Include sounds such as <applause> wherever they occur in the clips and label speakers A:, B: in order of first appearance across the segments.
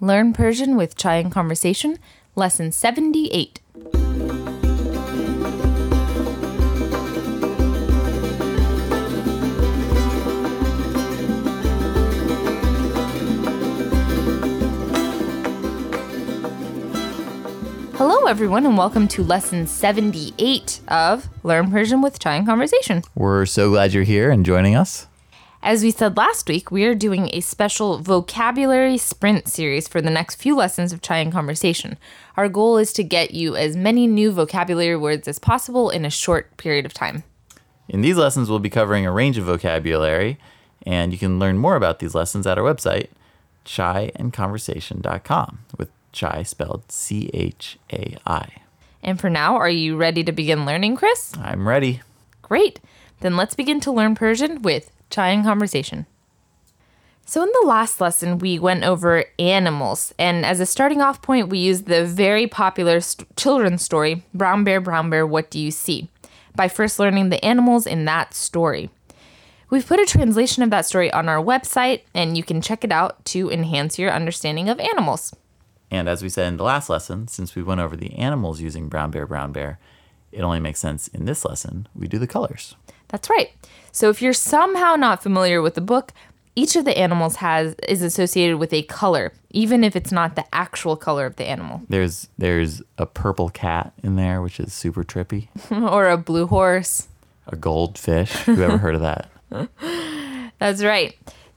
A: Learn Persian with Chai and Conversation, Lesson 78. Hello, everyone, and welcome to Lesson 78 of Learn Persian with Chai and Conversation.
B: We're so glad you're here and joining us.
A: As we said last week, we are doing a special vocabulary sprint series for the next few lessons of Chai and Conversation. Our goal is to get you as many new vocabulary words as possible in a short period of time.
B: In these lessons, we'll be covering a range of vocabulary, and you can learn more about these lessons at our website, chaiandconversation.com, with chai spelled C H A I.
A: And for now, are you ready to begin learning, Chris?
B: I'm ready.
A: Great. Then let's begin to learn Persian with Chai and Conversation. So, in the last lesson, we went over animals. And as a starting off point, we used the very popular st- children's story, Brown Bear, Brown Bear, What Do You See? by first learning the animals in that story. We've put a translation of that story on our website, and you can check it out to enhance your understanding of animals.
B: And as we said in the last lesson, since we went over the animals using brown bear, brown bear, it only makes sense in this lesson we do the colors.
A: That's right. So if you're somehow not familiar with the book, each of the animals has is associated with a color, even if it's not the actual color of the animal, <laughs>
B: There's there's a purple cat in there, which is super trippy.
A: or a blue horse.
B: A goldfish. Who ever heard of that? <laughs>
A: That's right.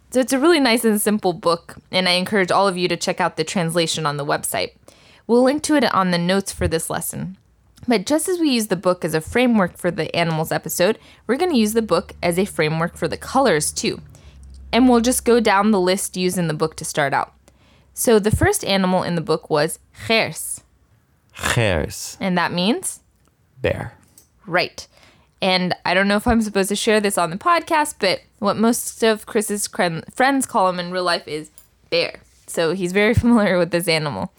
A: So it's a really nice and simple book, and I encourage all of you to check out the translation on the website. We'll link to it on the notes for this lesson. But just as we use the book as a framework for the animals episode, we're going to use the book as a framework for the colors too. And we'll just go down the list using the book to start out. So the first animal in the book was khers,
B: Gers.
A: and that means
B: Bear.
A: Right. And I don't know if I'm supposed to share this on the podcast, but what most of Chris's cren- friends call him in real life is bear. So he's very <laughs> familiar with this animal.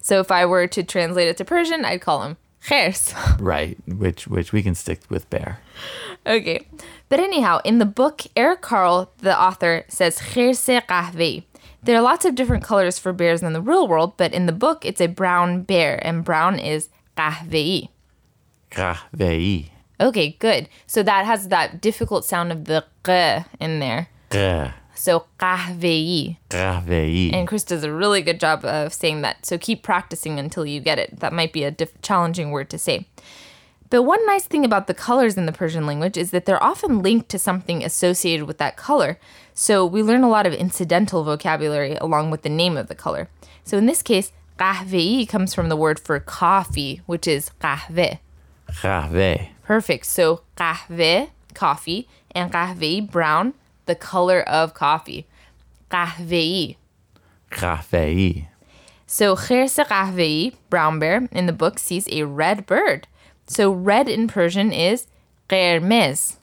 A: So if I were to translate it to Persian, I'd call him khers. <laughs>
B: Right, which which we can stick with bear.
A: okay. But anyhow, in the book, Eric Carl, the author, says khirse kahve. There are lots of different colors for bears in the real world, but in the book, it's a brown bear, and brown is kahvei.
B: Kahvei.
A: Okay, good. So that has that difficult sound of the g in there. So kahveyi.
B: Kahvei.
A: And Chris does a really good job of saying that. So keep practicing until you get it. That might be a diff- challenging word to say. But one nice thing about the colors in the Persian language is that they're often linked to something associated with that color. So we learn a lot of incidental vocabulary along with the name of the color. So in this case, kahveyi comes from the word for coffee, which is kahve.
B: Kahve.
A: Perfect. So kahve, coffee, and kahve, brown, the color of coffee. Kahvei.
B: Kahvei.
A: So khirse kahvei, brown bear, in the book sees a red bird. So red in Persian is qermez.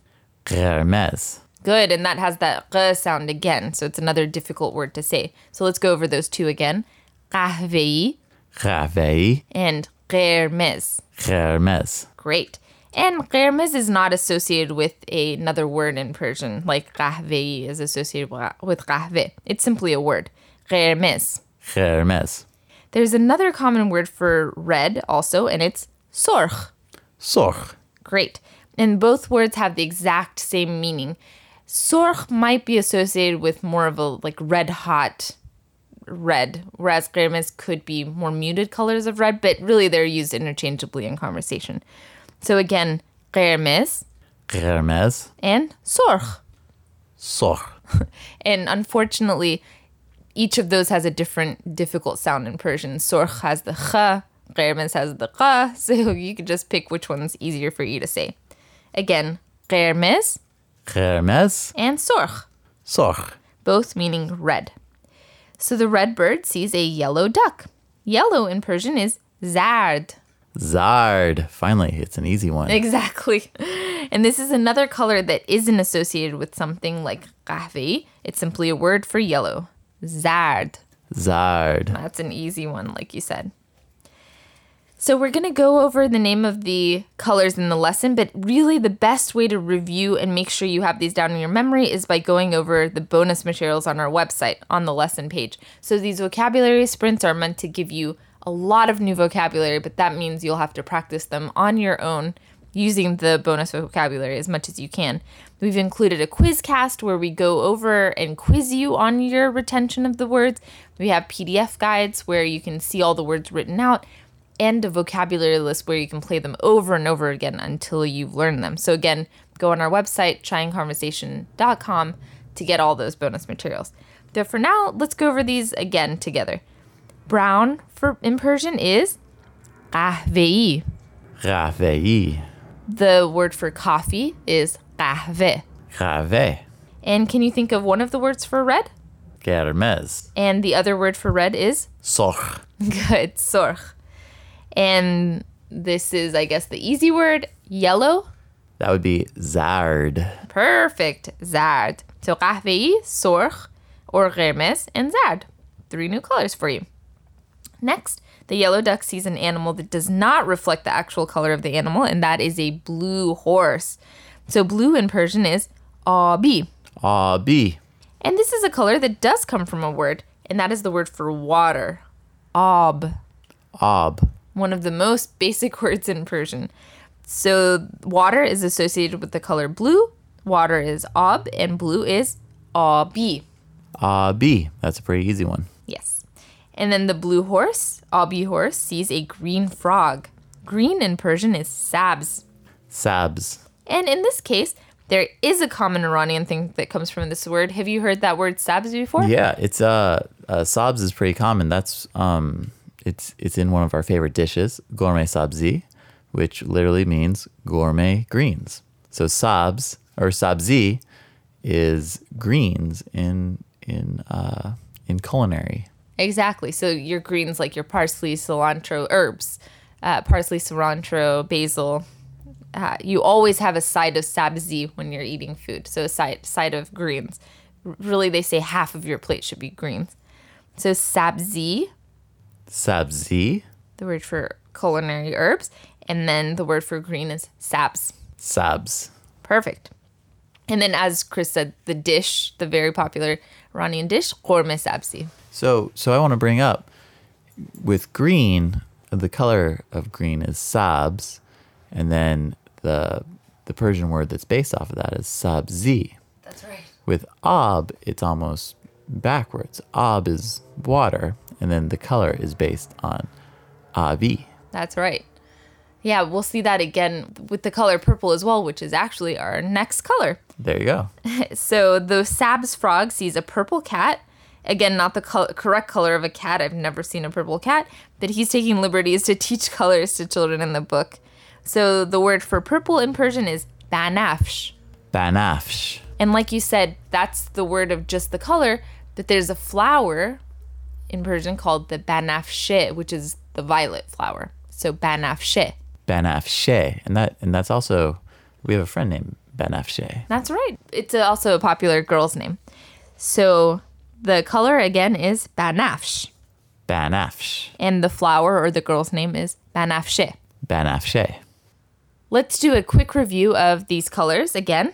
B: Kermes.
A: Good, and that has that q sound again, so it's another difficult word to say. So let's go over those two again. Kahvei
B: Kahvei.
A: and qermez.
B: Kermes.
A: Great. And qermez is not associated with a- another word in Persian, like kahvei is associated wa- with kahve. It's simply a word, qermez.
B: Kermes.
A: There's another common word for red also, and it's sorch.
B: Sorg.
A: Great. And both words have the exact same meaning. Sorch might be associated with more of a like red hot red, whereas qermez could be more muted colors of red, but really they're used interchangeably in conversation. So again, qermez
B: Kermes.
A: and sorch.
B: Sorg.
A: And unfortunately, each of those has a different difficult sound in Persian. Sorch has the kh, qermez has the qa, <laughs> so you could just pick which one's easier for you to say. Again, qermez
B: Kermes.
A: and sorch,
B: Sorg.
A: both meaning red. So the red bird sees a yellow duck. Yellow in Persian is zard. <laughs>
B: Zard. Finally, it's an easy one.
A: Exactly. And this is another color that isn't associated with something like kahve. It's simply a word for yellow. Zard.
B: Zard.
A: That's an easy one, like you said. So we're going to go over the name of the colors in the lesson, but really the best way to review and make sure you have these down in your memory is by going over the bonus materials on our website on the lesson page. So these vocabulary sprints are meant to give you a lot of new vocabulary, but that means you'll have to practice them on your own using the bonus vocabulary as much as you can. We've included a quiz cast where we go over and quiz you on your retention of the words. We have PDF guides where you can see all the words written out and a vocabulary list where you can play them over and over again until you've learned them. So again, go on our website, tryingconversation.com to get all those bonus materials. But for now, let's go over these again together. Brown for in Persian is قهوه‌ای.
B: Raveyi.
A: The word for coffee is قهوه.
B: Rave.
A: And can you think of one of the words for red?
B: Germez.
A: And the other word for red is <laughs>
B: Soch.
A: good, sorg. And this is, I guess, the easy word, yellow.
B: That would be Zard.
A: Perfect, zard. So قهوه‌ای, sorg, or غرمز, and zard. Three new colors for you. Next, the yellow duck sees an animal that does not reflect the actual color of the animal, and that is a blue horse. So blue in Persian is abi.
B: Abi.
A: And this is a color that does come from a word, and that is the word for water, ob,
B: Ob.
A: one of the most <laughs> basic words in Persian. So water is associated with the color blue. Water is ob, and blue is abi.
B: Abi. Uh, That's a pretty easy one.
A: Yes. And then the blue horse, abi horse, sees a green frog. Green in Persian is sabz.
B: Sabs.
A: And in this case, there is a common Iranian thing that comes from this word. Have you heard that word sabz before?
B: Yeah, it's uh, uh sabs is pretty common. That's um it's it's in one of our favorite dishes, gourmet sabzi, which literally means gourmet greens. So sabs or sabzi is greens in in uh in culinary.
A: Exactly. So your greens like your parsley, cilantro, herbs, uh, parsley, cilantro, basil. Uh, you always have a side of sabzi when you're eating food. So a side side of greens. R- Really, they say half of your plate should be greens. So sabzi,
B: Sabzi,
A: the word for culinary herbs, and then the word for green is sabz.
B: sabs.
A: Perfect. And then, as Chris said, the dish, the very popular Iranian dish, gourmet sabzi.
B: So so I want to bring up with green, the color of green is sabs, and then the the Persian word that's based off of that is sabzi.
A: That's right.
B: With ob, it's almost backwards. Ob is water, and then the color is based on abi.
A: That's right. Yeah, we'll see that again with the color purple as well, which is actually our next color.
B: There
A: <laughs>
B: you go.
A: So the Sabs frog sees a purple cat. Again, not the col- correct color of a cat. I've never seen a purple cat, but he's taking liberties to <laughs> teach colors to children in the book. So the word for purple in Persian is banafsh.
B: Banafsh.
A: And like you said, that's the word of just the color, but there's a flower in Persian called the banafshe, which is the violet flower. So banafshe.
B: Banafshe. And that and that's also we have a friend named Banafshe.
A: That's right. It's also a popular girl's name. So the color again is banafsh,
B: Banafsh.
A: and the flower or the girl's name is banafshe.
B: Banafshe.
A: Let's do a quick review of these colors again.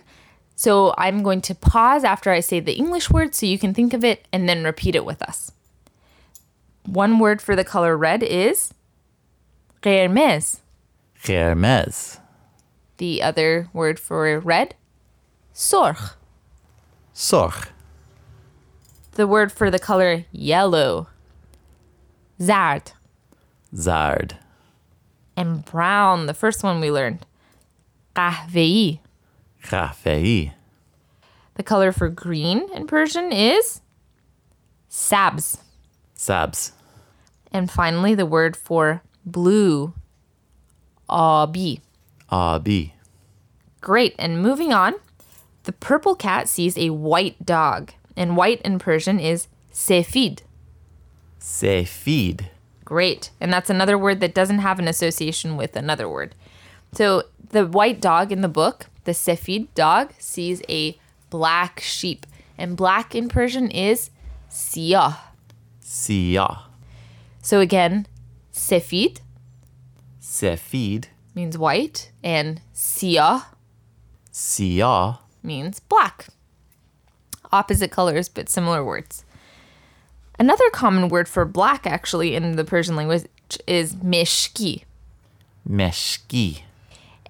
A: So I'm going to pause after I say the English word so you can think of it and then repeat it with us. One word for the color red is قرمز.
B: Germez.
A: The other word for red, سرخ.
B: Sorch.
A: The word for the color yellow, زرد.
B: Zard.
A: and brown, the first one we learned. قهوه‌ای.
B: Rafei.
A: The color for green in Persian is sabz.
B: Sabs.
A: And finally, the word for blue, abi.
B: Abi.
A: Great. And moving on, the purple cat sees a white dog, and white in Persian is sefid.
B: Sefid.
A: Great. And that's another word that doesn't have an association with another word. So the white dog in the book, the Sefid dog, sees a black sheep. And black in Persian is siyah.
B: Sia.
A: So again, Sefid,
B: Sefid.
A: means white, and siyah
B: Siyah.
A: means black. Opposite colors, but similar words. Another common word for black, actually, in the Persian language is meshki.
B: Meshki.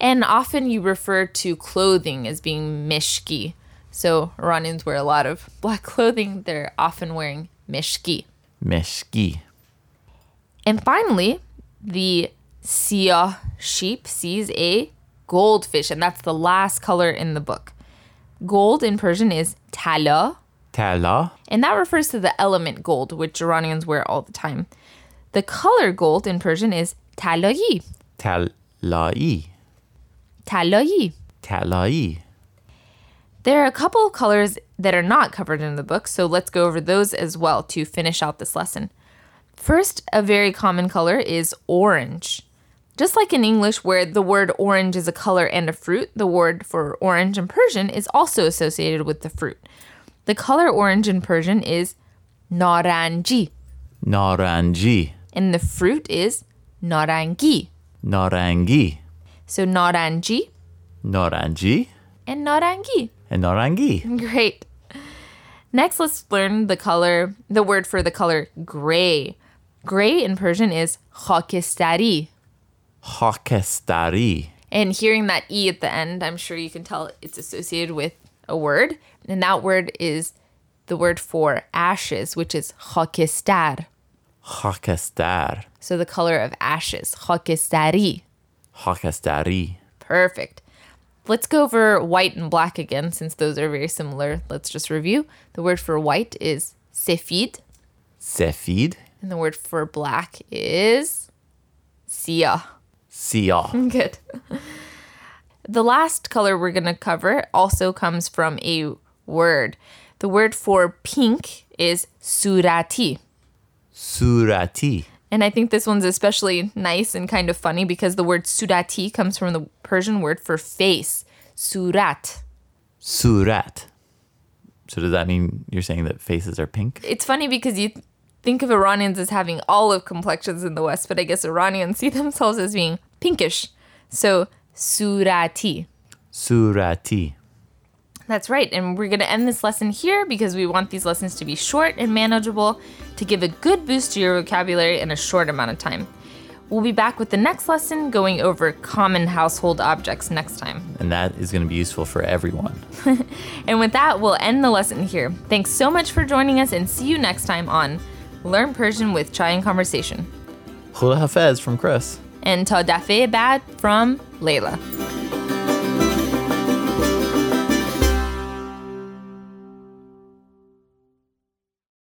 A: And often you refer to clothing as being mishki. So Iranians wear a lot of <laughs> black clothing. They're often wearing mishki.
B: Meshki.
A: And finally, the siyah sheep sees a goldfish, and that's the last color in the book. Gold in Persian is tala,
B: Tala.
A: and that refers to the element gold, which Iranians wear all the time. The color gold in Persian is talayi,
B: Talai.
A: talayi.
B: Talai.
A: There are a couple of colors that are not covered in the book, so let's go over those as well to finish out this lesson. First, a very common color is orange. Just like in English, where the word orange is a color and a fruit, the word for orange in Persian is also associated with the fruit. The color orange in Persian is naranji,
B: Naranji.
A: and the fruit is narangi.
B: Narangi.
A: So naranji
B: Naranji.
A: and narangi.
B: And narangi.
A: Great. Next, let's learn the color, the word for the color gray. Gray in Persian is khakistari.
B: Hakestari.
A: And hearing that E at the end, I'm sure you can tell it's associated with a word. And that word is the word for ashes, which is khakistar.
B: Hakestar.
A: So the color of ashes, khakistari.
B: Hakestari.
A: Perfect. Let's go over white and black again, since those are very similar. Let's just review. The word for white is sefid.
B: Sefid.
A: And the word for black is siyah.
B: Siyah.
A: Good. The last color we're going to cover also comes from a word. The word for pink is surati.
B: Surati.
A: And I think this one's especially nice and kind of funny because the word surati comes from the Persian word for face, surat.
B: Surat. So does that mean you're saying that faces are pink?
A: It's funny because you think of Iranians as having olive complexions in the West, but I guess Iranians <laughs> see themselves as being pinkish. So, surati.
B: Surati.
A: That's right. And we're going to end this lesson here because we want these lessons to be short and manageable to give a good boost to your vocabulary in a short amount of time. We'll be back with the next lesson going over common household objects next time.
B: And that is going to be useful for everyone.
A: And with that, we'll end the lesson here. Thanks so much for joining us and see you next time on Learn Persian with Chai and Conversation.
B: Hula Hafez from Chris.
A: And Tadafe Bad from Layla.